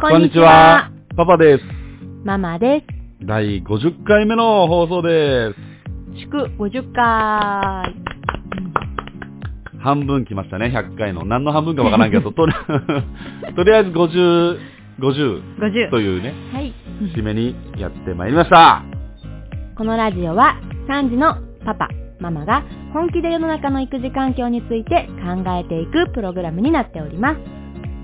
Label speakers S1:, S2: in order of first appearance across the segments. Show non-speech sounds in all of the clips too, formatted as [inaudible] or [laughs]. S1: こんにちは。
S2: パパです。
S1: ママで
S2: 第50回目の放送です。
S1: す。祝50回。
S2: 半分来ましたね、100回の。何の半分かわからん
S1: [laughs]
S2: けど、とりとりあえず50、50
S1: 50。
S2: というね、
S1: はい。
S2: 締めにやってまいりました。
S1: このラジオは3時のパパ、ママが本気で世の中の育児環境について考えていくプログラムになっております。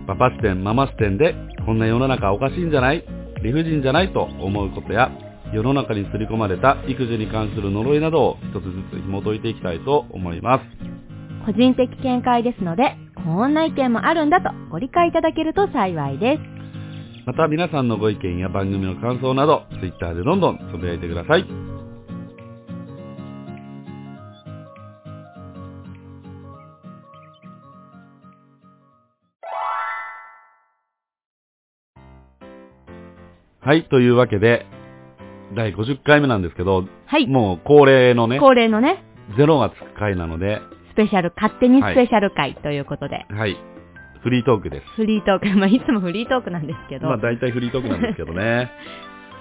S2: パパ視点、ママ視点で、こんな世の中おかしいんじゃない理不尽じゃないと思うことや、世の中に刷り込まれた育児に関する呪いなどを一つずつ紐解いていきたいと思います。
S1: 個人的見解ですので、こんな意見もあるんだとご理解いただけると幸いです。
S2: また皆さんのご意見や番組の感想など、Twitter でどんどんつぶやいてください。はい、というわけで、第50回目なんですけど、
S1: はい。
S2: もう恒例のね、
S1: 恒例のね、
S2: ゼロがつく回なので、
S1: スペシャル、勝手にスペシャル回ということで、
S2: はい、フリートークです。
S1: フリートーク、 [laughs] まあいつもフリートークなんですけど、
S2: まあ大体フリートークなんですけ
S1: [laughs]
S2: どね。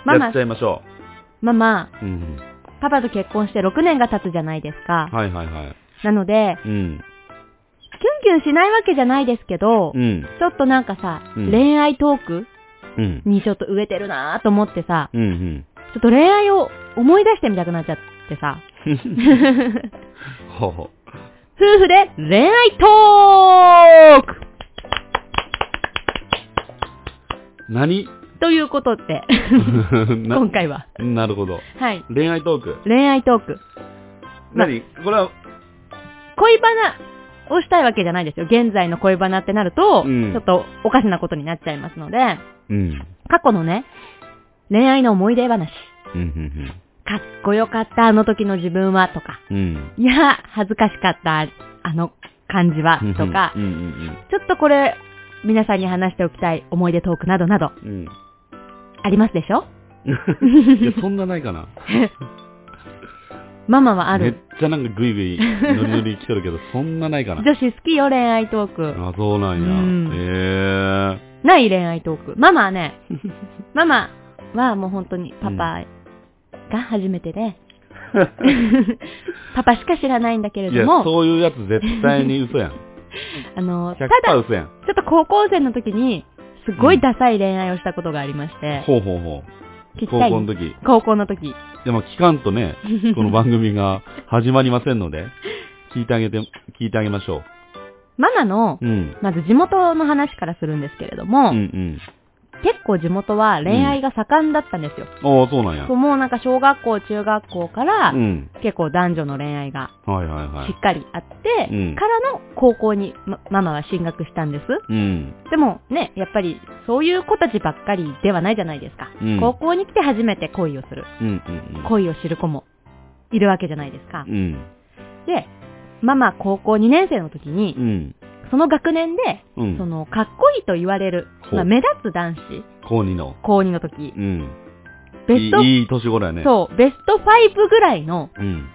S1: マ
S2: や
S1: マ
S2: っち、ゃいましょ
S1: ママ、
S2: う。うん。
S1: パパと結婚して6年が経つじゃないですか。
S2: はいはいはい。
S1: なので、
S2: うん。
S1: キュンキュンしないわけじゃないですけど、
S2: うん。
S1: ちょっとなんかさ、
S2: うん
S1: 恋愛トーク
S2: うん。
S1: にちょっと植えてるなぁと思ってさ、
S2: うんうん。
S1: ちょっと恋愛を思い出してみたくなっちゃってさ、
S2: ほうほう。
S1: 夫婦で恋愛トーク
S2: 何 [laughs]
S1: ということで、
S2: な
S1: [laughs] 今回は。
S2: なるほど。
S1: はい。
S2: 恋愛トーク。
S1: 恋愛トーク。ま
S2: 何これは、
S1: 恋バナをしたいわけじゃないですよ。現在の恋バナってなると、
S2: うん
S1: ちょっとおかしなことになっちゃいますので、
S2: うん。
S1: 過去のね、恋愛の思い出話。
S2: うんうん
S1: かっこよかったあの時の自分はとか、
S2: うん。うん。
S1: いや、恥ずかしかったあの感じはとか
S2: う、んうん
S1: ちょっとこれ、皆さんに話しておきたい思い出トークなどなど、
S2: うんうん。
S1: ありますでしょ
S2: [laughs] うん。いや、そんなないかな。
S1: ママはあ
S2: めっ
S1: る。
S2: ちゃなんかグイグイ、ノリノリ来てる [laughs] けど、そんなないかな。
S1: 女子好きよ、恋愛トーク。
S2: あ、そうな
S1: うん
S2: んや。へ
S1: ない恋愛トーク。ママは
S2: [laughs]
S1: ね、ママはもう本当にパパが初めてで、
S2: [laughs]
S1: パパしか知らないんだけれ
S2: え。い
S1: ど
S2: や、
S1: も、
S2: そういうやつ絶対に嘘 [laughs] やん。
S1: あの、ただ、
S2: 100%嘘やん。
S1: ちょっと高校生の時に、すごいダサい恋愛をしたことがありまして、
S2: ほうほうほう。
S1: きっ
S2: 高
S1: たり
S2: 校の時。
S1: 高校の時。
S2: でも聞かん
S1: [laughs]
S2: とね、この番組が始まりませんので、聞いてあげて、聞いてあげましょ
S1: ママの
S2: う。、うん。
S1: まず地元の話からするんですけれども、
S2: うんうん。
S1: 結構地元は恋愛が盛んだったんですよ。
S2: ああ、そうなんや。
S1: もうなんか小学校、中学校から、
S2: うん。
S1: 結構男女の恋愛が
S2: はいはいは
S1: し
S2: い。
S1: っかりあって、
S2: うん
S1: からの高校に、まママは進学したんです。
S2: うん。
S1: でもね、やっぱりそういう子たちばっかりではないじゃないですか。
S2: うん
S1: 高校に来て初めて恋をする。
S2: うんうん
S1: 恋を知る子もいるわけじゃないですか
S2: うん。う。ん。
S1: で、ママ高校2年生の時に
S2: う、ん。
S1: その学年で、
S2: うん。
S1: そのかっこいいと言われる、
S2: ほう
S1: まあ、目立つ男子、
S2: 高二の。
S1: 高2の時、
S2: うん。
S1: ベ
S2: い
S1: ス
S2: い
S1: ト、
S2: いい年頃やね。
S1: そう、ベスト5ぐらいの
S2: う。うん。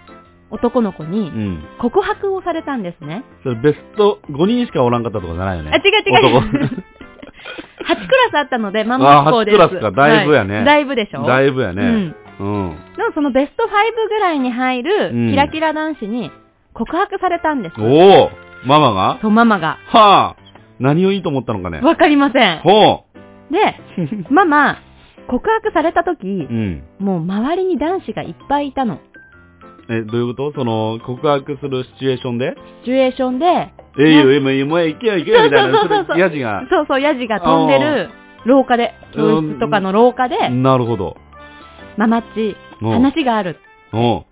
S1: 男の子に
S2: うん。
S1: 告白をされたんですね。
S2: それベスト5人しかおらんかったとかじゃないよね。
S1: あ、違う違う。
S2: 男
S1: [laughs] 8クラスあったので、ママ学校です。
S2: あー8クラスかだいぶやね
S1: はだいぶでしょ
S2: だ
S1: い
S2: いぶや
S1: う
S2: ね。
S1: ん。
S2: うん。
S1: のそのベスト5ぐらいに入
S2: うん
S1: る、キラキラ男子に告白されたんです。
S2: おおママが
S1: とママが。
S2: はあ何をいいと思ったのかね。
S1: わかりません。
S2: ほ
S1: で、
S2: [laughs]
S1: ママ、告白された時
S2: う。う、ん。
S1: もう周りに男子がいっぱいいたの。
S2: え、どういうことその、告白するシチュエーションで
S1: シチュエーションで、
S2: えいいよ、今、もう行けよ、行けよ、みたいな、
S1: そうそうそうそう
S2: れヤジが。
S1: そうそう、ヤジが飛んでる廊下で、教室とかの廊下で、
S2: なるほど。
S1: ママっち、
S2: うん
S1: 話がある。 [laughs]
S2: お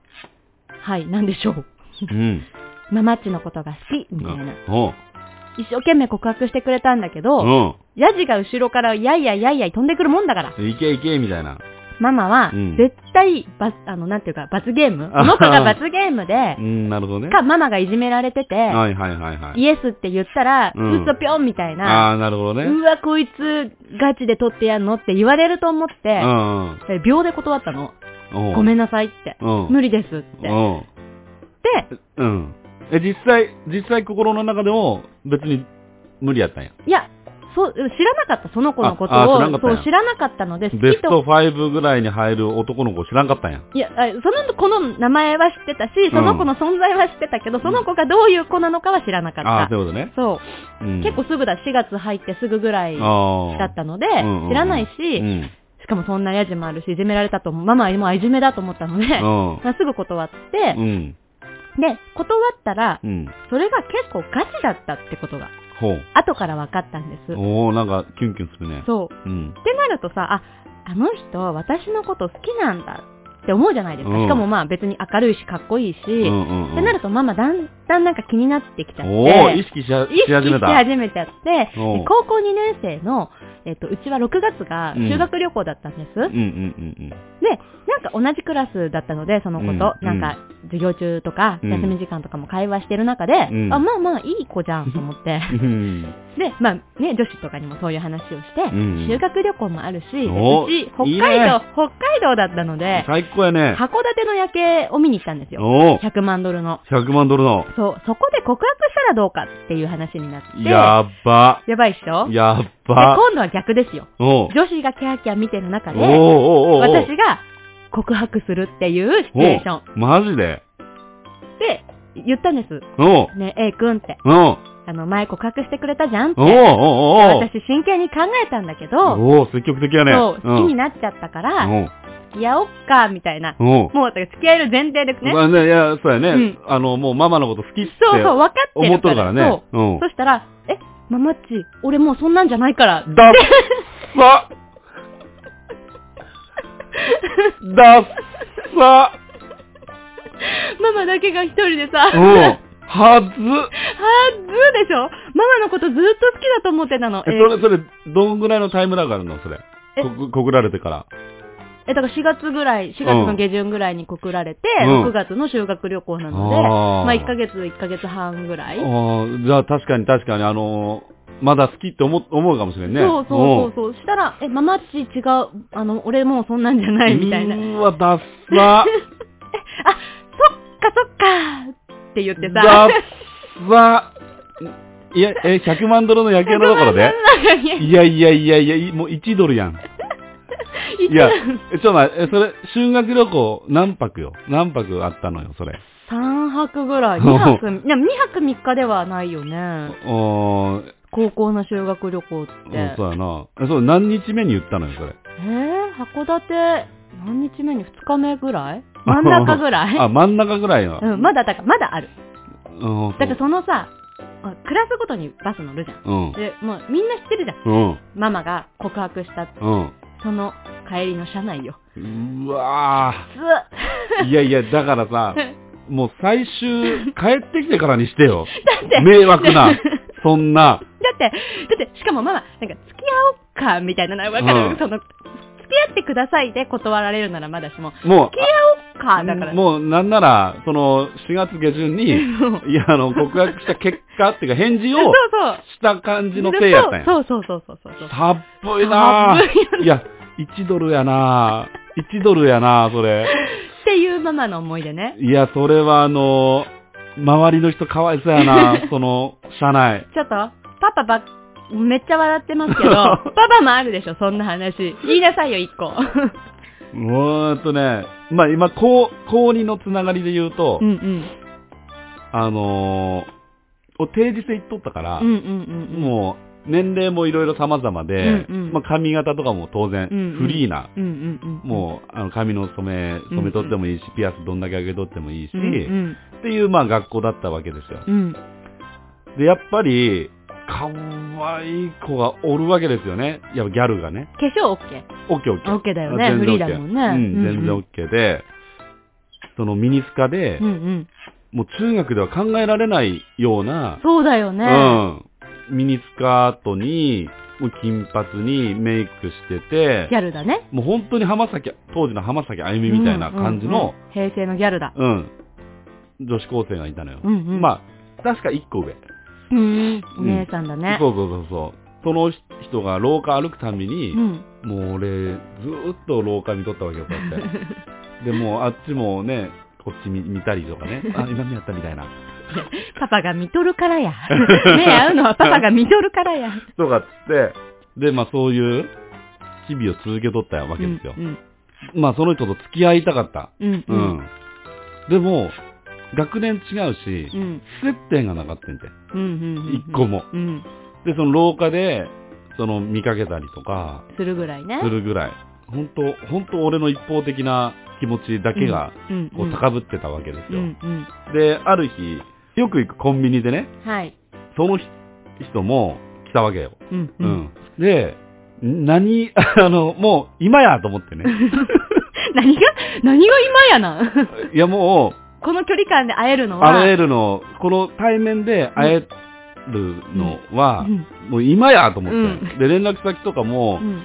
S1: はい、なんでしょう。
S2: う。うん。
S1: ママっちのことが好き、みたいな。
S2: おう。
S1: 一生懸命告白してくれたんだけ
S2: う
S1: ど、
S2: ん。
S1: ヤジが後ろからやいやいやいやい飛んでくるもんだから。
S2: 行け行け、みたいな。
S1: ママは
S2: うん、
S1: 絶対、罰、あの、なんていうか、罰ゲーム
S2: あ
S1: その子が罰ゲームで
S2: う、ん、なるほどね。
S1: か、ママがいじめられてて、
S2: はいはいはいはい。
S1: イエスって言ったら、
S2: うん
S1: うっそぴょんみたいな、
S2: ああ、なるほどね。
S1: うわ、こいつ、ガチで取ってやんのって言われると思っ
S2: う
S1: て、
S2: んうん。
S1: え秒で断ったの。
S2: おう
S1: ごめんなさいって。
S2: うん。
S1: 無理ですって。で、
S2: おううん。え、実際、実際心の中でも別に無理やったんや。
S1: いや、そう、知らなかった、その子のこと
S2: ああ
S1: を、
S2: 知らんかったんや
S1: そう、知らなかったので、好
S2: ベ
S1: き
S2: スト
S1: と、
S2: 5ぐらいに入る男の子知らんかったんや。
S1: いや、あその子の名前は知ってたし、その子の存在は知ってたけど、その子がどういう子なのかは知らなか
S2: ああ、
S1: っ
S2: そういうことね
S1: た。。そう。
S2: うん、
S1: 結構すぐだ、4月入ってすぐぐらいだ
S2: 構
S1: ったので
S2: んうんうん、
S1: 知らない
S2: うん
S1: し、しかもそんなやじもあるし、いじめられたと思う、ママはもういじめだと思ったので、 [laughs]
S2: うん。
S1: まあすぐ断って
S2: う、ん。
S1: で、断ったら、
S2: うん。
S1: それが結構ガチだったってことが、
S2: ほう。
S1: 後から分かったんです。
S2: おおなんかキュンキュンするね。
S1: そう。
S2: うん。
S1: ってなるとさ、あ、あの人、私のこと好きなんだって思うじゃないですか。
S2: うん
S1: しかもまあ別に明るいし、かっこいいし、
S2: うんうんうん。
S1: ってなるとママだんだんなんか気になってきちゃっ
S2: おお意
S1: て、
S2: 識しは
S1: 意識
S2: し始め
S1: して
S2: た。
S1: 始めちゃって、
S2: おう
S1: で高校2年生の、えっと、うちは6月が
S2: うん
S1: 修学旅行だったんです。
S2: うんうんうん
S1: なんか同じクラスだったので、その子と、
S2: うん
S1: なんか授業中とか、
S2: うん
S1: 休み時間とかも会話してる中で、
S2: うん
S1: あ、まあまあいい子じゃんと思って、
S2: うん。
S1: で、まあね、女子とかにもそういう話をして、
S2: うん
S1: 修学旅行もあるし、で
S2: お
S1: うち、北
S2: いい
S1: 海
S2: ね
S1: 道、北海道だったので、
S2: 最高やね。
S1: 函館の夜景を見に行ったんですよ。
S2: おお
S1: 100万ドルの。
S2: 100万ドルの。
S1: そう、そこで告白したらどうかっていう話になって、
S2: やっば。
S1: やばいっしょで、
S2: やっば。
S1: 今度は逆ですよ。
S2: おう
S1: 女子がキャーキャー見てる中
S2: おう
S1: で、
S2: おうおうおう
S1: 私が告白するっていうシチュエーション。
S2: マジで
S1: で、言ったんです。
S2: おう
S1: ねえ、A 君って。
S2: おうおう
S1: あの、前告白してくれたじゃんって。
S2: おうおう
S1: 私真剣に考えたんだけど、
S2: おおう積極的やね。
S1: そう、好きに
S2: な
S1: なっちゃったから、付き合おっか、みたいな。
S2: おうおう
S1: もう、だから付き合える前提ですね。
S2: まあね、いや、そうや
S1: う
S2: ね
S1: ん。
S2: あの、もうママのこと好きって
S1: そうそう、分かって
S2: 思
S1: る
S2: っとるからね。うん
S1: そう。そしたら、え、ママっち、俺もうそんなんじゃないから。
S2: [laughs] だっさだっ
S1: [laughs]
S2: さ
S1: ママだけが一人でさ、は
S2: う
S1: ず
S2: ん。はず
S1: でしょママのことずっと好きだと思ってたの。
S2: え、
S1: え
S2: それ、それ、どんぐらいのタイムラグあるのそれ。
S1: え
S2: こ、告られてから。
S1: え、だから4月ぐらい、4月の下旬ぐらいに告られて、
S2: うん
S1: 6月の修学旅行なので、
S2: あー
S1: まあ1ヶ月、1ヶ月半ぐらい。
S2: ああ、じゃあ確かに確かに、あのーまだ好きって思思うかもしれんね。
S1: そうそうそうそう。したら、え、ママっち違う、あの、俺もうそんなんじゃないみたいな。
S2: う
S1: そっ
S2: んうわ、ダッ
S1: [laughs]
S2: サ
S1: かそっかーって言って
S2: ダ
S1: さ
S2: ッ、サいや、え、100万ドルの夜景のところでいやいやいやいやい、もう1ドルやん。いや、えちょっと待って、えそれ、修学旅行何泊よ何泊あったのよ、それ。
S1: 3泊ぐらい、2泊、いや2泊3日ではないよね。
S2: おー、
S1: 高校の修学旅行って。
S2: うん
S1: え
S2: そうやな。えそう、何日目に言ったのよ、それ。
S1: ー、函館、何日目に2日目ぐら
S2: [laughs]
S1: い真ん中ぐら
S2: あ、
S1: い
S2: 真ん中ぐらいの。
S1: うん、まだだから、まだある。
S2: うん、
S1: だからそのさ、あクラスごとにバス乗るじゃん。
S2: そう。うん。
S1: で、もうみんな知ってるじゃん。
S2: うん。
S1: ママが告白した、
S2: う
S1: その帰りの車内よ。
S2: ん。うわ
S1: ずー [laughs]
S2: ー。いやいや、だからさ、もう最終、帰ってきてからにしてよ。
S1: [laughs] だって、
S2: 迷惑
S1: [laughs]
S2: な。そんな。
S1: だって、だって、しかもママ、なんか、付き合おっか、みたいなのわかる、
S2: うん
S1: その、付き合ってくださいで断られるならまだしも、
S2: もう
S1: 付き、合おっか、だから。
S2: もうなんなら、その、4月下旬に、
S1: [laughs]
S2: い
S1: そうそう
S2: や、あの、告白した結果っていうか、返事を
S1: そう。
S2: した感じのせいやったんや。
S1: そうそうそうそうそうそう。
S2: 寒いなぁ。いや、1ドルやなぁ。1ドルやなぁ、それ。
S1: っていうママの思い出ね。
S2: いや、それはあのー周りの人かわいそうや
S1: [laughs]
S2: なその、社内。
S1: ちょっと、パパば、めっちゃ笑ってますけ
S2: [laughs]
S1: ど、パパもあるでしょ、そんな話。言いなさいよ、一
S2: [laughs]
S1: 個。
S2: うーんとね、まあ今、高、高2のつながりで言うと、
S1: うんうん。
S2: あのー、お定時制行っとったから、
S1: うんうんうん。う。
S2: もう、年齢もいろいろ様々で、
S1: うんうん
S2: まあ髪型とかも当然、
S1: うんうん
S2: フリーな、
S1: うんうんうん。
S2: もう、あの、髪の染め、染めとってもいいし、ピアスどんだけ上げとってもいいし、
S1: うんうん
S2: っていう、まあ学校だったわけですよ。
S1: うん。
S2: で、やっぱり、かわいい子がおるわけですよね。やっぱギャルがね。
S1: 化粧オッケー。
S2: オッケーオッケー。
S1: オッケーだよね。
S2: 全
S1: フ
S2: 然
S1: リ
S2: OK
S1: ーだもん
S2: う
S1: ね。
S2: ん、全然オッケーで、そのミニスカで、
S1: うんうん。
S2: もう中学では考えられないような、
S1: そうだよね。
S2: うん、ミニスカートに、もう金髪にメイクして
S1: ギ
S2: て、
S1: ャルだね。
S2: もう本当に浜崎、当時の浜崎あゆみみたいな感じの、
S1: うんうんうん。平成のギャルだ。
S2: うん女子高生がいたのよ。
S1: うんうん。あ。
S2: まあ、確か1個上。
S1: うん。お姉さんだね。
S2: そうそうそうそう。その人が廊下歩くたびに、
S1: うん。
S2: もう俺、ずーっと廊下見とったわけよ、こ
S1: [laughs]
S2: うやって。で、もうあっちもね、こっち見見たりとかね、あ、今見やったみたいな。
S1: パパが見とるから
S2: [laughs]
S1: や。目合うのはパパが見とるからや。
S2: とかっつって、で、まあそういう日々を続けとったわけですよ。
S1: うん
S2: まあその人と付き合いたかった。
S1: うん。
S2: う。
S1: うんん。
S2: でも、学年違うし、
S1: うん。
S2: 接点がなかったんで、
S1: うん。うん。
S2: 一個も。
S1: うん。
S2: で、その廊下で、その見かけたりとか、
S1: するぐらいね。
S2: するぐらい。本当本当俺の一方的な気持ちだけが、
S1: うん、
S2: こう高ぶってたわけです
S1: う
S2: よ。
S1: ん。うん。
S2: で、ある日、よく行くコンビニでね、
S1: はい。
S2: その人人も来たわけよ。
S1: うん。
S2: う。ん。で、何、 [laughs] あの、もう今やと思ってね。
S1: [laughs] 何が、何が今やな。 [laughs]
S2: いやも
S1: この距離感で会える
S2: う、
S1: のは。
S2: 会えるの、この対面で会えるのは、
S1: うん
S2: もう今やと思って、
S1: う
S2: で、連絡先とかも
S1: うん。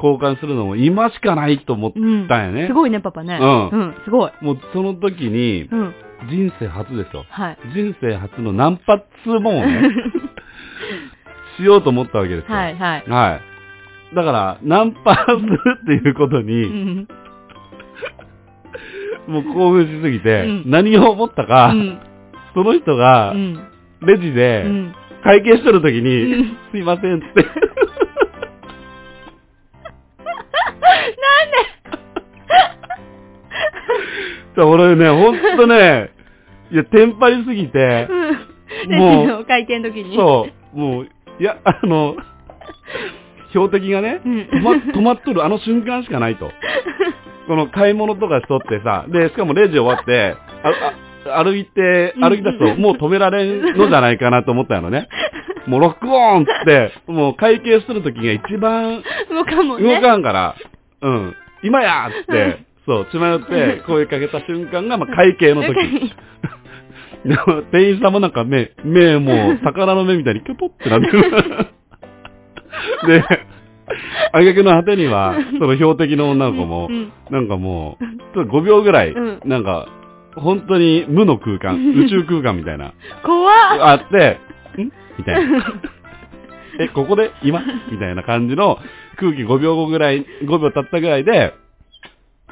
S2: 交換するのも今しかないと思っ
S1: うん。
S2: たんやね
S1: す。ごいね、パパね。
S2: うん
S1: うん。すごい。
S2: もうその時に
S1: う、ん。
S2: 人生初ですよ。
S1: はい。
S2: 人生初のナンパっつうもん
S1: [laughs]
S2: をね、しようと思ったわけですよ。
S1: はい、はい。
S2: はい。だから、ナンパするっていうことに、
S1: うん。
S2: もう興奮しすぎて、
S1: うん
S2: 何を思ったか、
S1: うん。
S2: その人
S1: う
S2: が、
S1: ん。
S2: レジ
S1: う
S2: で、
S1: ん。
S2: 会計しとるときに、
S1: うん
S2: すいませんっつって、 [laughs] じゃあ俺ね、ほんとね、いや、テンパりすぎ
S1: [laughs]
S2: て、
S1: うん。レ
S2: もう
S1: ジの会見の時に。
S2: そう、もう、いや、あの、標的がね、
S1: うん
S2: 止ま止まっとるあの瞬間しかないと。この買い物とかしとってさ、で、しかもレジ終わって、ああ歩いて、歩き出すと、もう止められんのじゃないかなと思ったのね。もうロックオンっつって、もう会計するときが一番
S1: 動かんもんね。
S2: 動かんから、うん、今やっつって、そう、血迷って声かけた瞬間が、まあ、会計の時。 [laughs] でも店員さんもなんか目、目もう、魚の目みたいにキョポってなってる。で、あげくの果てには、その標的の女の子も
S1: うんうん、
S2: なんかもう、ちょっと5秒ぐらい
S1: うん、
S2: なんか、本当に無の空間、宇宙空間みたいな、
S1: 怖っ。
S2: あって、んみたいな。
S1: [laughs]
S2: え、ここで今みたいな感じの空気5秒後ぐらい、5秒経ったぐらいで、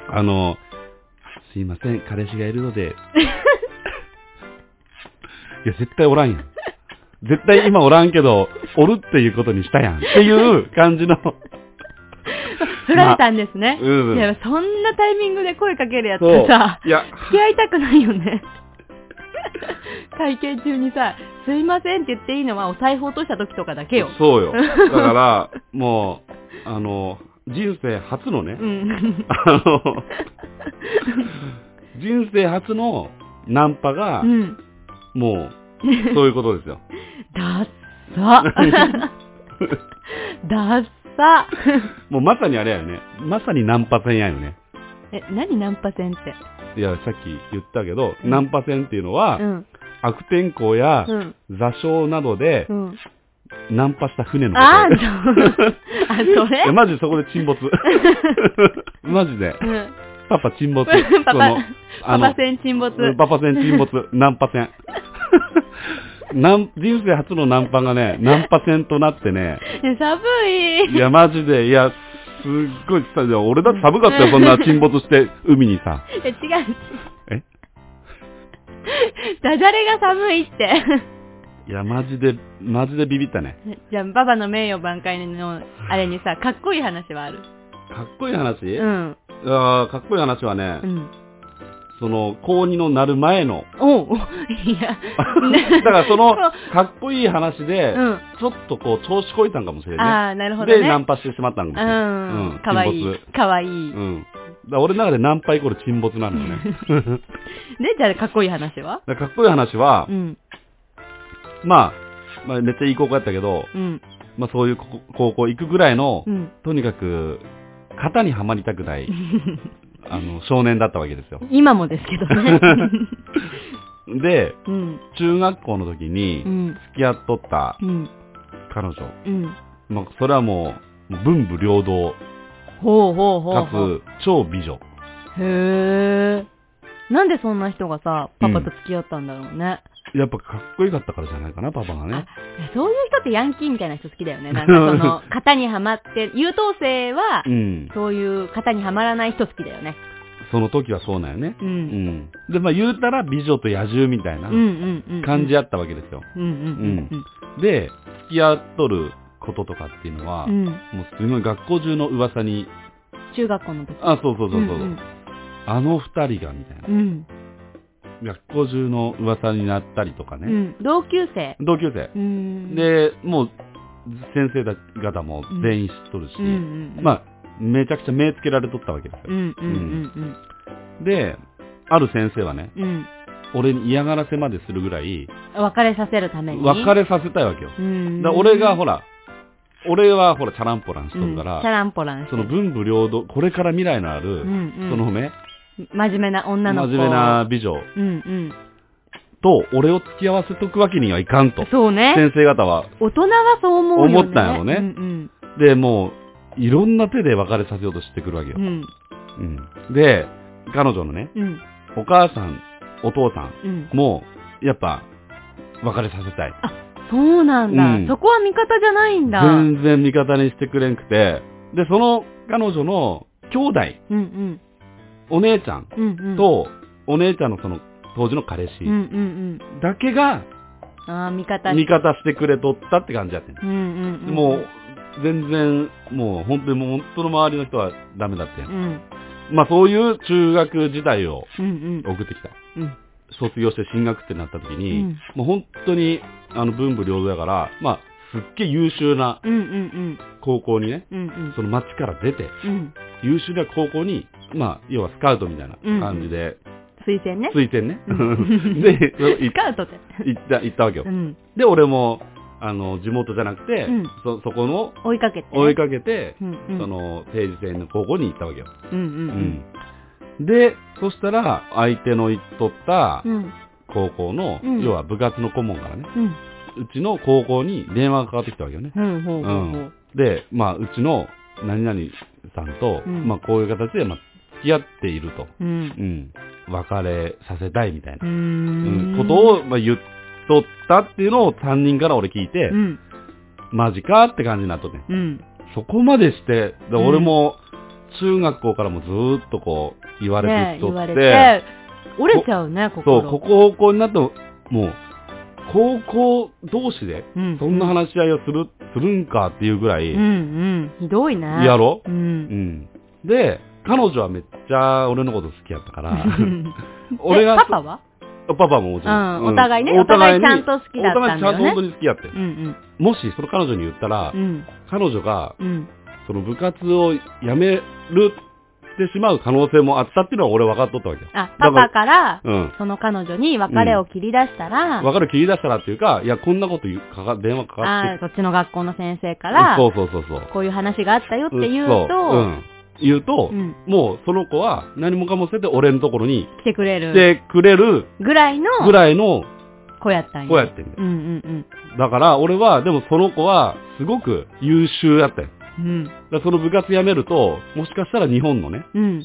S2: あの、すいません、彼氏がいるので。
S1: [laughs]
S2: いや、絶対おらんやん。絶対今おらんけど、おるっていうことにしたやん。っていう感じの、
S1: 振られたんですね。
S2: うん
S1: いや、そんなタイミングで声かけるやつ
S2: そう。
S1: さ、
S2: いや、
S1: 付き合いたくないよね。会見中にさ、すいませんって言っていいのはお財布落とした時とかだけよ。
S2: そうよ。だ
S1: [laughs]
S2: から、もう、あの、人生初のね、
S1: うん。
S2: あの、人生初のナンパが
S1: う、ん。
S2: もう、そういうことですよ。
S1: だっ
S2: [laughs]
S1: さ。だっさ。
S2: もうまさにあれやよね。まさにナンパ戦やよね。
S1: え、何ナンパ戦って。
S2: いや、さっき言ったけど、
S1: うん
S2: ナンパ戦っていうのは、
S1: うん。
S2: 悪天候や
S1: うん。
S2: 座礁などで
S1: う、ん。
S2: ナンパした船のこ
S1: あー、
S2: と。
S1: そう。あ、それ
S2: [laughs] いやマジでそこで沈
S1: [laughs]
S2: 没。マジで。
S1: うん。。
S2: パパ沈
S1: [laughs]
S2: 没
S1: パ
S2: そ
S1: パ
S2: の、あ
S1: パ
S2: の
S1: パ、戦沈没。
S2: うんパパ戦沈没、ナンパ
S1: [laughs]
S2: 戦。なん人生初のナンパがね、ナンパ戦となってね、
S1: え寒い。
S2: いや、マジで、いや、すっごいさ、いや俺だって寒かったよ、そんな沈没して、海にさ。
S1: え、違う。
S2: え
S1: ダジャレが寒いって。
S2: いや、マジで、マジでビビったね。
S1: じゃあ、ババの名誉挽回の、あれにさ、かっこいい話はある。
S2: かっこいい話、
S1: う
S2: あ
S1: ん。
S2: ーかっこいい話はね、
S1: うん。
S2: その、高2のなる前の。
S1: おう。いや。
S2: [laughs] だからその、
S1: そ
S2: かっこいい話で、
S1: うん
S2: ちょっとこう、調子こいたんかもしれない。
S1: ああ、なるほどね。
S2: で、ナンパしてしまったんかもしれない。
S1: うん。かわい
S2: 沈没
S1: い。かわいい。
S2: うん。だから俺の中でナンパイコール沈没なのよね。
S1: で、じゃあ、かっこいい話は
S2: だからかっこいい話は
S1: う、ん。
S2: まあ、まあ、めっちゃいい高校やったけど、
S1: うん。
S2: まあそういう高高校行くぐらいの、
S1: うん。
S2: とにかく、型にはまりた
S1: [laughs]
S2: くない、あの、少年だったわけですよ。
S1: 今もですけど
S2: [laughs]
S1: ね。
S2: で、
S1: うん。
S2: 中学校の時に
S1: う、ん。
S2: 付き合っとった
S1: うん。
S2: 彼女。
S1: うん。
S2: まあ、それはもう、もう文武両道、
S1: ほうほうほう
S2: か
S1: ほう。
S2: つ、超美女。
S1: へえ。なんでそんな人がさ、パパと付き合ったんだろうね。
S2: やっぱかっこよかったからじゃないかな、パパがね。
S1: いやそういう人ってヤンキーみたいな人好きだよ
S2: [laughs]
S1: ね。なんかその、型にはまって、優等生は
S2: う、ん。
S1: そういう型にはまらない人好きだよね。
S2: その時はそうなんよね。
S1: う。
S2: うんん。で、まあ言うたら美女と野獣みたいな
S1: うんうんうん。
S2: 感じやったわけですよ。
S1: うんうんうん
S2: で、付き合っとることとかっていうのは、
S1: う
S2: も
S1: ん。うん。
S2: うすごい学校中の噂に、
S1: 中学校の時。
S2: あ、そうそうそうそう、
S1: ん
S2: あの二人がみたいな
S1: う。ん。
S2: 学校中の噂になったりとか
S1: う
S2: ね。
S1: ん。同級生。
S2: 同級生。
S1: うん。、
S2: で、もう、先生方も全員知っとるし、
S1: うんうんうん。あ。
S2: まあ、めちゃくちゃ目つけられとったわけです
S1: う
S2: よ。
S1: んうん
S2: で、ある先生はね、
S1: うんうん。
S2: 俺に嫌がらせまでするぐらい、
S1: うん。別れさせるために。
S2: 別れさせたいわけよ。だ
S1: う
S2: か
S1: ん。
S2: ら俺がほ
S1: ら、
S2: ら、俺はほら、チャランポランし
S1: う
S2: と
S1: ん、チ
S2: るか
S1: ャ
S2: ら、
S1: ランポランして
S2: その文武両道、これから未来のある
S1: う、んうん、
S2: そのね、
S1: 真面目な女の
S2: 真
S1: 子。
S2: 面目。な美女
S1: うんうん。
S2: と俺を付き合わせとくわけにはいかんと、
S1: そうね。
S2: 先生方は。
S1: 大人はそう思うよね。
S2: 思ったんやろね
S1: うん
S2: で、もう、いろんな手で別れさせようとしてくるわけよ
S1: う。ん。
S2: うんで、彼女のね、
S1: うん。うん。
S2: お母さん、お父さん
S1: うん。
S2: も、やっぱ、別れさせたい。
S1: そうなんだ、
S2: うん
S1: そこは味方じゃないんだ。うん
S2: 全然味方にしてくれんくて、で、その彼女の兄弟、
S1: うん。
S2: お姉ちゃん
S1: うんうん。
S2: と、お姉ちゃんのその当時の彼氏
S1: うんうん
S2: だけが
S1: うん。ああ、味方
S2: 味方してくれとったって感じやってん。
S1: うんうんうん。
S2: もう、全然、もう本当にもう本当の周りの人はダメだって
S1: う。ん。
S2: まあそういう中学時代を
S1: うんうん。
S2: 送ってきた。
S1: うん。
S2: 卒業して進学ってなった時
S1: う
S2: に、
S1: ん
S2: もう本当に、あの、文武両道だから、まあ、すっげえ優秀な
S1: うんうん
S2: 高校にね、
S1: うん。うんうん。
S2: その町から出て、
S1: うん。
S2: 優秀な高校に、まあ、要はスカウトみたいな感じで、
S1: 推薦ね。
S2: 推薦ね。
S1: うん
S2: [laughs] で、
S1: スカウトで。
S2: 行った、行ったわけよ
S1: う。ん。
S2: で、俺も、あの、地元じゃなくて、
S1: うん
S2: そ、そこの、
S1: 追いかけてね。
S2: 追いかけて、
S1: うんうん。
S2: その、定時制の高校に行ったわけよ。
S1: うんうん
S2: で、そしたら、相手の行っとった
S1: うん。うん。
S2: 高校の、
S1: うん
S2: 要は部活の顧問からね、
S1: うん。
S2: うちの高校に電話がかかってきたわけよね。
S1: うん。ほうほうほう。
S2: で、まあ、うちの何々さんと、
S1: うん
S2: まあ、こういう形で、まあ、付き合っていると。
S1: うん
S2: う。ん。別れさせたいみたいな、
S1: う
S2: うん
S1: ん
S2: ことを、まあ、言っとったっていうのを3人から俺聞いて、
S1: うん、
S2: マジかって感じになっとって。
S1: うん、
S2: そこまでして、で
S1: うん
S2: 俺も、中学校からもずーっとこう、言われ
S1: ね
S2: てき
S1: 言
S2: と
S1: わ
S2: っ
S1: れ
S2: て、
S1: て、折れちゃうね、
S2: そ
S1: 心。
S2: う、ここ高校になっても、もう、高校同士で、
S1: うん、
S2: そんな話し合いをする、するんかっていうぐらい、
S1: うん、うん、ひどいね。
S2: やろ
S1: う。
S2: うんん。で、彼女はめっちゃ俺のこと好きやったから、俺
S1: え
S2: が、
S1: パパは
S2: パパももちろん。
S1: うんお互いね
S2: お互い
S1: お互い
S2: に
S1: ちゃんと好きだったんだよね
S2: お互いちゃんと本当に好きやって。
S1: うん、
S2: もし、その彼女に言ったら、
S1: うん、うん、
S2: 彼女が、
S1: うん。
S2: その部活を辞めるってしまう可能性もあったっていうのは俺分かっとったわけよ。
S1: あ、パ
S2: だから
S1: パから、
S2: うん。
S1: その彼女に別れを切り出したら、
S2: 分かる切り出したらっていうか、いや、こんなこと言うかか電話かかって
S1: あーそっちの学校の先生か、
S2: からそうそうそうそう。
S1: こういう話があったよって言う
S2: そ
S1: と、
S2: ん、言うと、
S1: うん、
S2: もうその子は何もかも捨てて俺のところに
S1: 来てくれ
S2: 来
S1: る
S2: てくれる
S1: ぐらいの
S2: ぐらいの
S1: 子やったんや。
S2: 子やってんだよ
S1: うん、うん、
S2: だから俺は、でもその子はすごく優秀やったよ。だか
S1: うん、
S2: らその部活辞めると、もしかしたら日本のね、
S1: うん、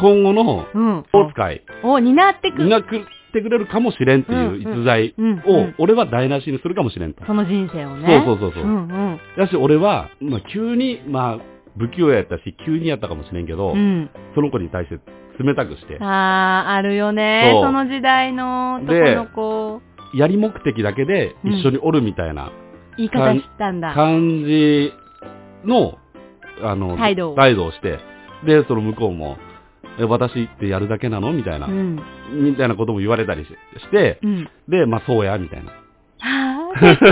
S2: 今後の
S1: うん。
S2: スポーツ界
S1: を担ってく
S2: になくってくれるかもしれんっていう逸材
S1: うん、う
S2: を
S1: ん、
S2: 俺は台無しにするかもしれんと。
S1: その人生をね。
S2: そうそうそうそうう。
S1: んうん。
S2: だし俺は、まあ、急に、まあ、不器用やったし、急にやったかもしれんけど、
S1: うん。
S2: その子に対して冷たくして、
S1: あー、あるよね。
S2: そ
S1: そうの時代の男の子、
S2: やり目的だけで一緒におるみたいな
S1: 言い方したんだ。
S2: 感じの、あの、
S1: 態度を
S2: をして、で、その向こうも、え、私ってやるだけなのみたいな、
S1: うん。
S2: みたいなことも言われたりしして、
S1: うん。
S2: で、まあそうや、みたいな。
S1: はー、切ない。で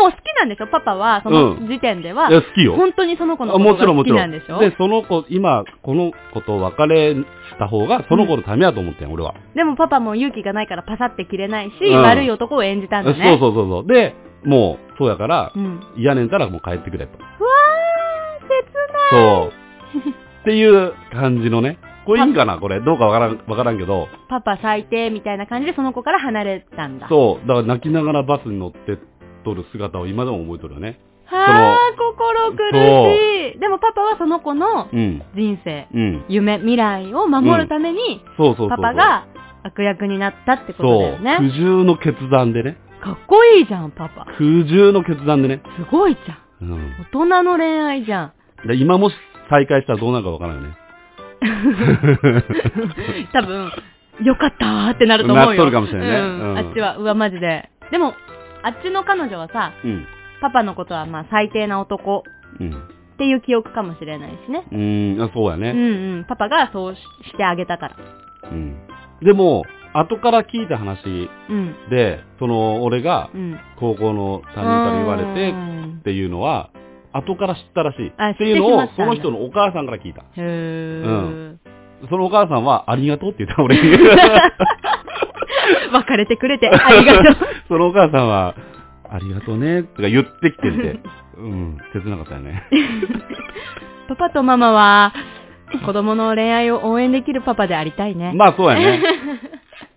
S1: も好きなんでしょパパは、その時点では、
S2: いや好きよ。
S1: 本当にその子の
S2: あ
S1: こ
S2: も
S1: と
S2: ちろ
S1: が
S2: んも
S1: 好き
S2: ちろ
S1: なん
S2: ん。
S1: でしょ
S2: で、その子、今、この子と別れた方が、その子のためやと思ってん、俺は。
S1: でもパパも勇気がないからパサって切れないし、
S2: うん
S1: 悪い男を演じたんだね。
S2: そうそうそうそう。で、もう、そうやから、
S1: うん。
S2: 嫌ねんからもう帰ってくれと。
S1: うわ
S2: そう。っていう感じのね。これいいんかなこれ。どうかわからん、わからんけど。
S1: ー、パパ最低みたいな感じでその子から離れたんだ。う。
S2: そう。だから泣きながらバスに乗ってっとる姿を今でも覚えとるよね。
S1: はー、心苦しい。でもパパはその子の
S2: うん。
S1: 人生、
S2: うん。
S1: 夢、未来を守るために、
S2: そうそうそうそ
S1: パ
S2: う。
S1: パ、が悪役になったってことだ
S2: そう
S1: よ。ね。
S2: 苦渋の決断でね。
S1: かっこいいじゃん、パパ。
S2: 苦渋の決断でね。
S1: すごいじゃん。
S2: うん。
S1: 大人の恋愛じゃん。
S2: で今もし再会したらどうなるかわからんよね。
S1: 多分、よかったーってなると思うよ。
S2: なっとるかもしれんね
S1: うん
S2: うん
S1: あっちは、うわ、マジで。でも、あっちの彼女はさ、
S2: うん。
S1: パパのことはまあ最低な男
S2: うん。
S1: っていう記憶かもしれないしね。
S2: うーん、あそうや
S1: う
S2: ね。
S1: んうん。パパがそうししてあげたから。
S2: うん。でも、後から聞いた話
S1: うん。
S2: で、その、俺が
S1: うん。
S2: 高校の担任から言
S1: う
S2: われて
S1: ん
S2: っていうのは、後から知ったらしい。
S1: あ
S2: っていうの
S1: 知って、
S2: を
S1: し
S2: そ
S1: まっ
S2: の
S1: たんだ
S2: 人のお母さんから聞いた。
S1: へー
S2: うんそのお母さんは、ありがとうって言った、俺に。
S1: [laughs] 別れてくれてありがとう。
S2: そのお母さんは、ありがとうね、とか言ってきて
S1: [laughs]
S2: んで。うん、切なかったよね。
S1: パパとママは、子供の恋愛を応援できるパパでありたいね。
S2: まあそう
S1: [laughs]
S2: やね。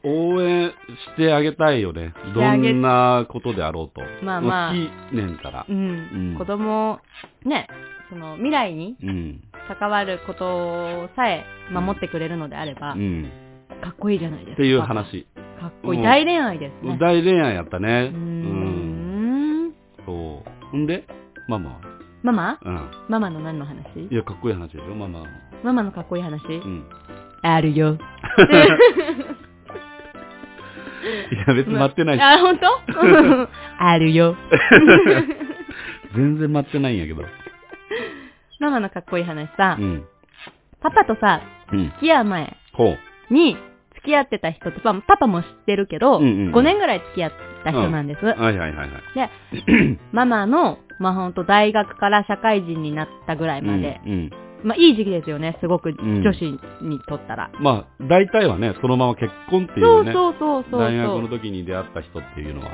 S2: 応援してあげたいよね。
S1: して
S2: ど
S1: あげ
S2: んなことであろうと。
S1: まあまあ
S2: もう好きねんから
S1: う。ん
S2: うん
S1: 子供を、ね、その未来に
S2: うん。
S1: 関わることさえ守ってくれるのであれば、
S2: うん。
S1: かっこいいじゃないですか。
S2: っていう。話。
S1: かっこいい。
S2: うん
S1: 大恋愛ですね。
S2: 大恋愛やったね。
S1: うー
S2: うん。
S1: ん。
S2: そう。んで、ママは。
S1: ママ
S2: うん。
S1: ママの何の話
S2: いや、かっこいい話でしょ、ママは。
S1: ママのかっこいい話
S2: うん。
S1: あるよ。
S2: いや、別に待ってないし。
S1: あ、ほんと
S2: [laughs]
S1: [laughs] あるよ。
S2: 全然待ってないんやけど。
S1: ママのかっこいい話さ、
S2: うん。
S1: パパとさ、
S2: うん。
S1: 付き合う前
S2: こ
S1: に付き合ってた人ってパパも知ってるけど、
S2: うんうんうん
S1: 5年ぐらい付き合った人なんです。
S2: う。はいはいはいはい。
S1: ママの、まあ、ほんと大学から社会人になったぐらいまで、
S2: うん。うん
S1: まあ、いい時期ですよね、すごく
S2: ん
S1: 女子にとったら。
S2: まあ、大体はね、そのまま結婚ってい
S1: そうう
S2: ね。
S1: そうそうそう
S2: 大学
S1: そ
S2: の
S1: う。
S2: 時に出会った人っていうのは。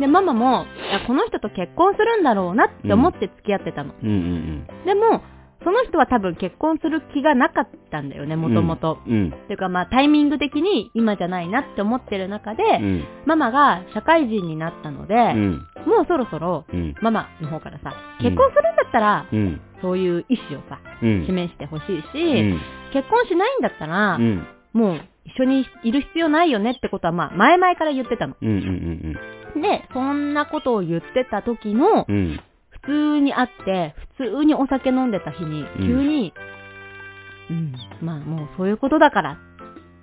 S1: で、ママも、いやこの人と結婚するんだろうなって思って付き合ってたの。
S2: うんうん
S1: でも、その人は多分結婚する気がなかったんだよね、もともと。
S2: うん。うん。
S1: ていうかまあタイミング的に今じゃないなって思ってる中で、
S2: うん。
S1: ママが社会人になったので、
S2: うん。
S1: もうそろそろ
S2: うん。
S1: ママの方からさ、
S2: うん
S1: 結婚するんだったら、
S2: うん。
S1: そういう意思をさ、
S2: うん。
S1: 示してほしいし、
S2: うん。
S1: 結婚しないんだったら、
S2: うん。
S1: もう一緒にいる必要ないよねってことはまあ前々から言ってたの。
S2: うん。うん。
S1: で、そんなことを言ってた時の、
S2: うん。うん。
S1: 普通に会って、普通にお酒飲んでた日に、
S2: うん
S1: 急に、うん、まあもうそういうことだから、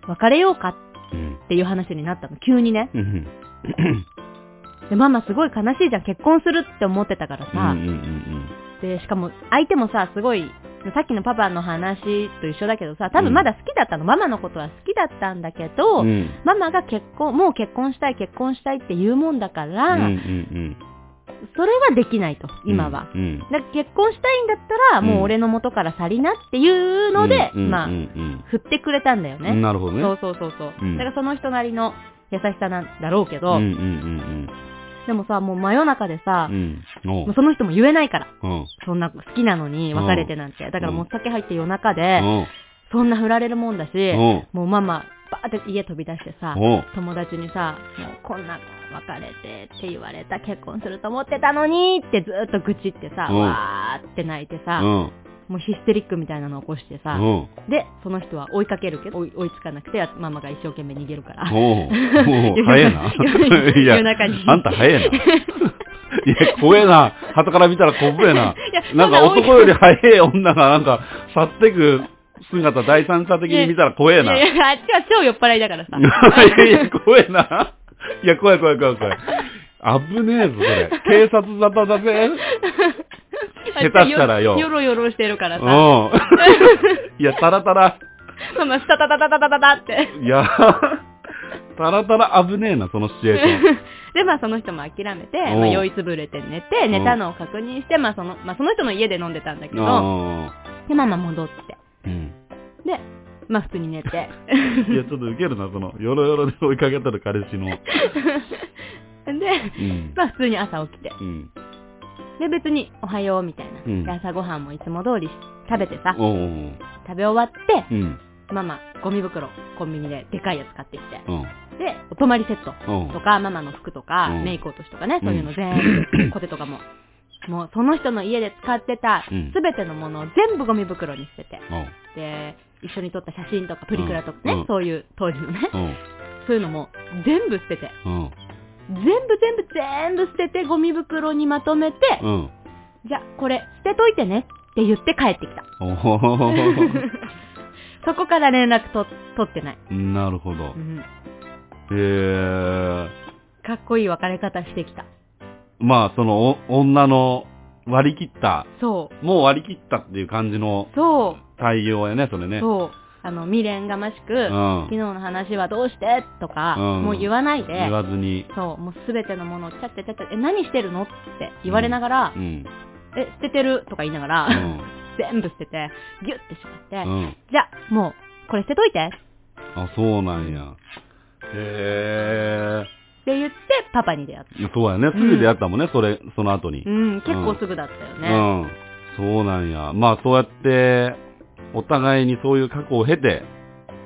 S1: 別れようか
S2: うん。
S1: っていう話になったの、急にね。
S2: うん。うん。
S1: で、ママすごい悲しいじゃん、結婚するって思ってたから
S2: うん。う
S1: さ。
S2: ん。
S1: で、しかも相手もさ、すごい、さっきのパパの話と一緒だけどさ、多分まだ好きだったの、ママのことは好きだったんだけど、
S2: うん。
S1: ママが結婚、もう結婚したい、結婚したいって言うもんだから、
S2: うん。
S1: それはできないと、今は。。
S2: うん。
S1: だから結婚したいんだったら、
S2: うん
S1: もう俺の元から去りなっていうので、まあ
S2: う、ん。
S1: 振ってくれたんだよね。
S2: なるほどね。
S1: そうそうそうそう。
S2: うん
S1: だからその人なりの優しさなんだろうけ
S2: う
S1: ど、
S2: ん。うん。うん。
S1: でもさ、もう真夜中でさ
S2: う、ん。
S1: もうその人も言えないから。
S2: うん。
S1: そんな好きなのに別れてなんて。だからもう酒入って夜中
S2: う
S1: で、
S2: ん。
S1: そんな振られるもんだし、
S2: うん。
S1: もうママ、バーって家飛び出してさ、
S2: うん。
S1: 友達にさ、もうこんな別れてって言われた、結婚すると思ってたのにってずーっと愚痴ってさ、
S2: うん
S1: わーって泣いてさ、
S2: うん。
S1: もうヒステリックみたいなの起こしてさ、
S2: うん。
S1: で、その人は追いかけるけど、追い追いつかなくて、ママが一生懸命逃げるから。 [laughs]
S2: おお早いな。いや
S1: 夜、中に。
S2: あんた
S1: [laughs]
S2: 早いな。いや、怖えな。旗から見たらこぶ
S1: [laughs]
S2: えな。
S1: いや
S2: なんか
S1: そん追い
S2: 男より早い女がなんか去ってく姿第三者的に見たら怖えな。
S1: い
S2: い
S1: やいや、あっちは超酔っ払いだからさ。
S2: や、怖えな。いや、怖い怖い怖い怖い。危ねえぞ、これ。警察沙汰
S1: [laughs]
S2: だぜ。下手したらよ
S1: よろよろしてるから
S2: う
S1: さ。 [laughs]
S2: ん。いや、たらたら、
S1: ママ、スタタタタタタタタって。
S2: いや、たらたら危ねえな、そのシチュエーション。
S1: で、まあその人も諦めて、
S2: うん
S1: まあ酔いつぶれて寝て、寝たのを確認して、まあその、まあその人の家で飲んでたんだ [laughs] けど、で、ママ戻って。
S2: うん。
S1: で、まあ普通に寝
S2: [laughs]
S1: て。
S2: いや、ちょっとウケるな、その、よろよろで追いかけてる彼氏の。
S1: で、
S2: うん。
S1: まあ普通に朝起きて。
S2: うん。
S1: で、別におはようみたいな。
S2: うん
S1: で朝ごはんもいつも通りし食べてさ、
S2: おうおう
S1: 食べ終わって、
S2: おううん。
S1: ママ、ゴミ袋、コンビニででかいやつ買ってきて。
S2: うん。
S1: で、お泊まりセット
S2: うん
S1: と。か、ママの服とか、
S2: うん
S1: メイク落としとかね、そういう
S2: う
S1: の
S2: ん
S1: 全部、コテとかも。もう、その人の家で使ってた
S2: うん、
S1: すべてのものを全部ゴミ袋に捨てて。
S2: おう
S1: で、一緒に撮った写真とか、プリクラとかね、
S2: うん
S1: そういう当時のね、
S2: うん。
S1: そういうのも全部捨てて。
S2: うん。
S1: 全部全部全部捨てて、ゴミ袋にまとめて、
S2: うん。
S1: じゃあ、これ、捨てといてねって言って帰ってきた。
S2: おほほほほ
S1: そこから連絡と取ってない。
S2: なるほど
S1: う。ん。
S2: えー、
S1: かっこいい別れ方してきた。
S2: まあ、その、お女の割り切った、
S1: そ
S2: もう割り切ったっていう感じの
S1: う。そ
S2: 対応やね、それ
S1: う。
S2: ね。
S1: そう。あの、未練がましく、
S2: ん
S1: 昨日の話はどうしてとか、
S2: うん
S1: もう言わないで、
S2: 言わずに。
S1: そう、もうすべてのものをちゃってちゃって、え、何してるのって言われながら、
S2: うん。
S1: え、捨ててるとか言いながら、全部捨てて、ギュッてしまって、
S2: うん。うん。
S1: じゃあ、もう、これ捨てといてっ
S2: あ、そうなんや。へ
S1: て言って、パパに出会った。
S2: え。そうやね。すぐ出会ったもんね、それ、その後に
S1: う。ん、結構すぐだったよ
S2: う
S1: ね。
S2: ん。そうなんや。まあ、そうやって、お互いにそういう過去を経て、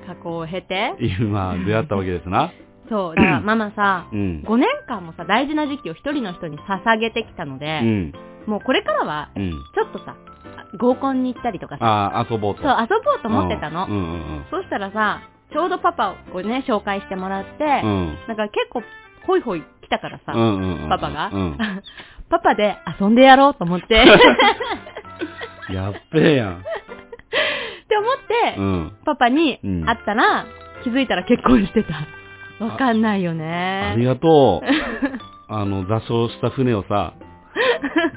S1: 加工を経て。
S2: 今、出会ったわけで
S1: [laughs]
S2: すな。
S1: そう、だからママさ、
S2: うん。
S1: 5年間もさ、大事な時期を一人の人に捧げてきたの
S2: う
S1: で、
S2: ん。
S1: もうこれからは、
S2: うん。
S1: ちょっとさ、あ合コンに行ったりとかさ、
S2: ああ、遊ぼうと。
S1: そう、遊ぼうと思ってたの。
S2: うんうん
S1: そうしたらさ、ちょうどパパをね、紹介してもらって、
S2: うん。うん。
S1: なんか結構、ホイホイ来たからさ、
S2: うんうんうんうん
S1: パパが、
S2: うん
S1: パパで遊んでやろうと
S2: [laughs]
S1: 思って、
S2: やっべ
S1: [laughs]
S2: えや
S1: っ
S2: ん。
S1: て思って、
S2: うん。
S1: パパに
S2: うん
S1: 会ったら、気づいたら結婚してた。
S2: あ
S1: わかんないよ
S2: あり
S1: ね。
S2: がと
S1: [laughs]
S2: う。あの、座礁した船をさ、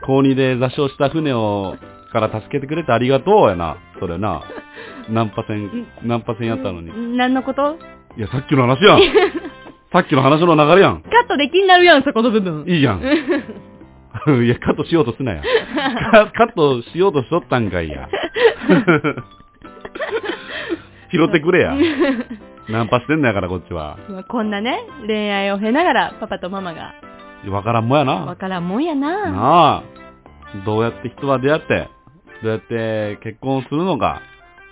S2: 高2で座礁した船を、から助けてくれてありがとうやな。それな。ナンパ船、ナンパ船やったのに。
S1: ん何のこと
S2: いや、さっきの話やん。
S1: [laughs]
S2: さっきの話の流れやん。
S1: カットできになるやん、そこの部分。
S2: いいや
S1: [laughs]
S2: ん。いや、カットしようとすなや。カカットしようとしとったんかい
S1: [laughs]
S2: や。拾ってくれや。ナンパしてんのやから、こっちは。
S1: まあこんなね、恋愛を経ながら、パパとママが、
S2: わからんもんやな
S1: わ。からんもんやな。
S2: なあ。どうやって人は出会って、どうやって結婚するのか、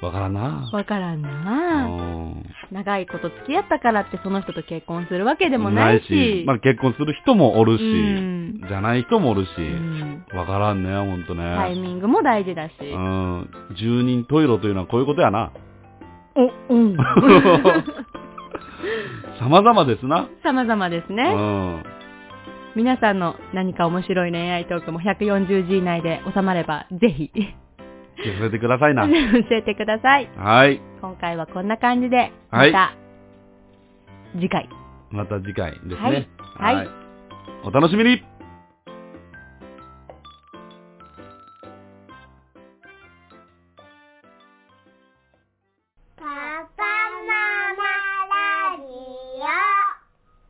S2: わからんな。
S1: わからん
S2: う
S1: な。
S2: ん
S1: 長いこと付き合ったからって、その人と結婚するわけでもないし。
S2: まあ結婚する人もお
S1: う
S2: る
S1: ん
S2: し、じゃない人もおる
S1: うん
S2: し、わからんね、ほんと
S1: タイ
S2: ね。
S1: ミングも大事だし。
S2: うん。十人十色というのはこういうこと
S1: [laughs]
S2: やな。
S1: お、うん。
S2: 様々ですな。
S1: [laughs] 様々です
S2: う
S1: ね。
S2: ん。
S1: 皆さんの何か面白い恋愛トークも 140G 以内で収まれば、ぜひ、
S2: 削れてくださ
S1: [laughs]
S2: いな。
S1: 教えてください。
S2: はい。
S1: 今回はこんな感じで、
S2: は
S1: ま
S2: い
S1: た、次回。
S2: また次回です
S1: はい
S2: ね。
S1: はい
S2: お楽しみに